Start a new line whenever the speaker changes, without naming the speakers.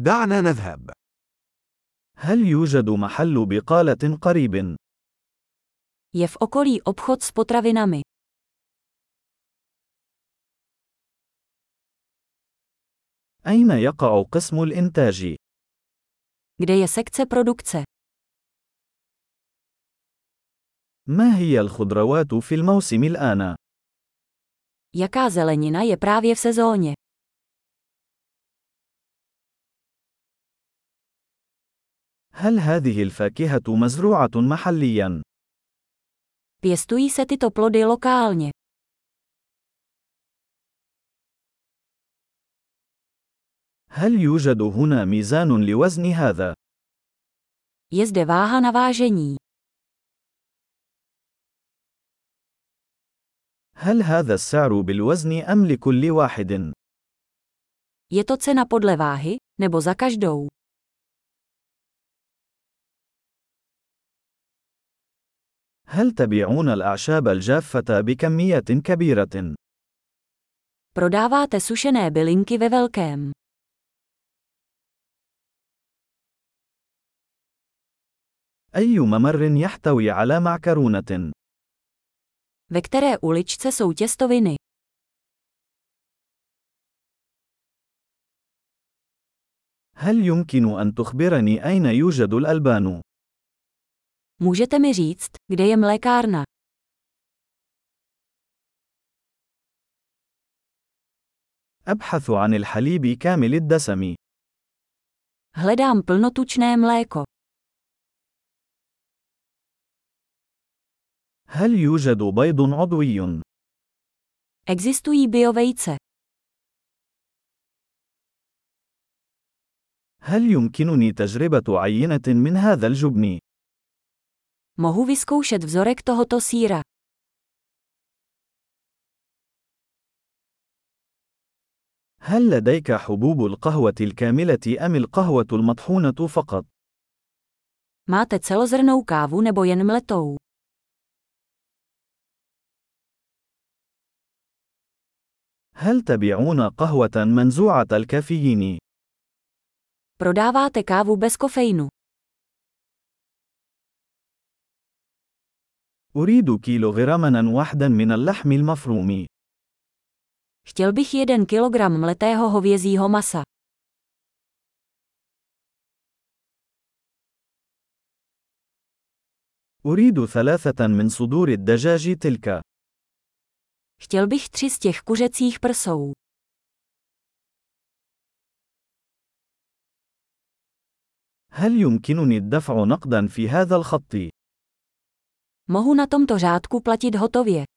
دعنا نذهب.
هل يوجد محل بقالة قريب؟
Je v okolí obchod s potravinami.
أين يقع قسم الإنتاج؟
Kde je sekce produkce?
ما هي الخضروات في الموسم الآن؟
Jaká zelenina je právě v sezóně?
هل هذه الفاكهة مزروعة محلياً؟
Pěstují se tyto plody lokálně.
هل يوجد هنا ميزان لوزن هذا؟
Je zde váha na vážení.
هل هذا السعر بالوزن أم لكل واحد؟
Je to cena podle váhy, nebo za každou?
هل تبيعون الأعشاب الجافة بكمية كبيرة؟
Prodáváte sušené bylinky ve velkém.
أي ممر يحتوي على معكرونة؟
Ve které uličce jsou těstoviny?
هل يمكن أن تخبرني أين يوجد الألبان؟
Můžete mi říct, kde je mlékárna?
أبحث عن الحليب كامل الدسم.
Hledám plnotučné mléko.
هل يوجد بيض عضوي؟
Existují biovejce.
هل يمكنني تجربة عينة من هذا الجبن؟
Mohu vyzkoušet vzorek tohoto síra.
هل لديك حبوب القهوة الكاملة أم القهوة المطحونة فقط؟
Máte celozrnou kávu nebo jen mletou?
هل تبيعون قهوة منزوعة الكافيين؟
Prodáváte kávu bez kofeinu.
أريد كيلوغراما واحدا من اللحم المفروم.
Chtěl bych 1 kg mletého hovězího masa.
أريد ثلاثة من صدور الدجاج تلك.
Chtěl bych tři z těch kuřecích prsou.
هل يمكنني الدفع نقدا في هذا الخط؟
Mohu na tomto řádku platit hotově.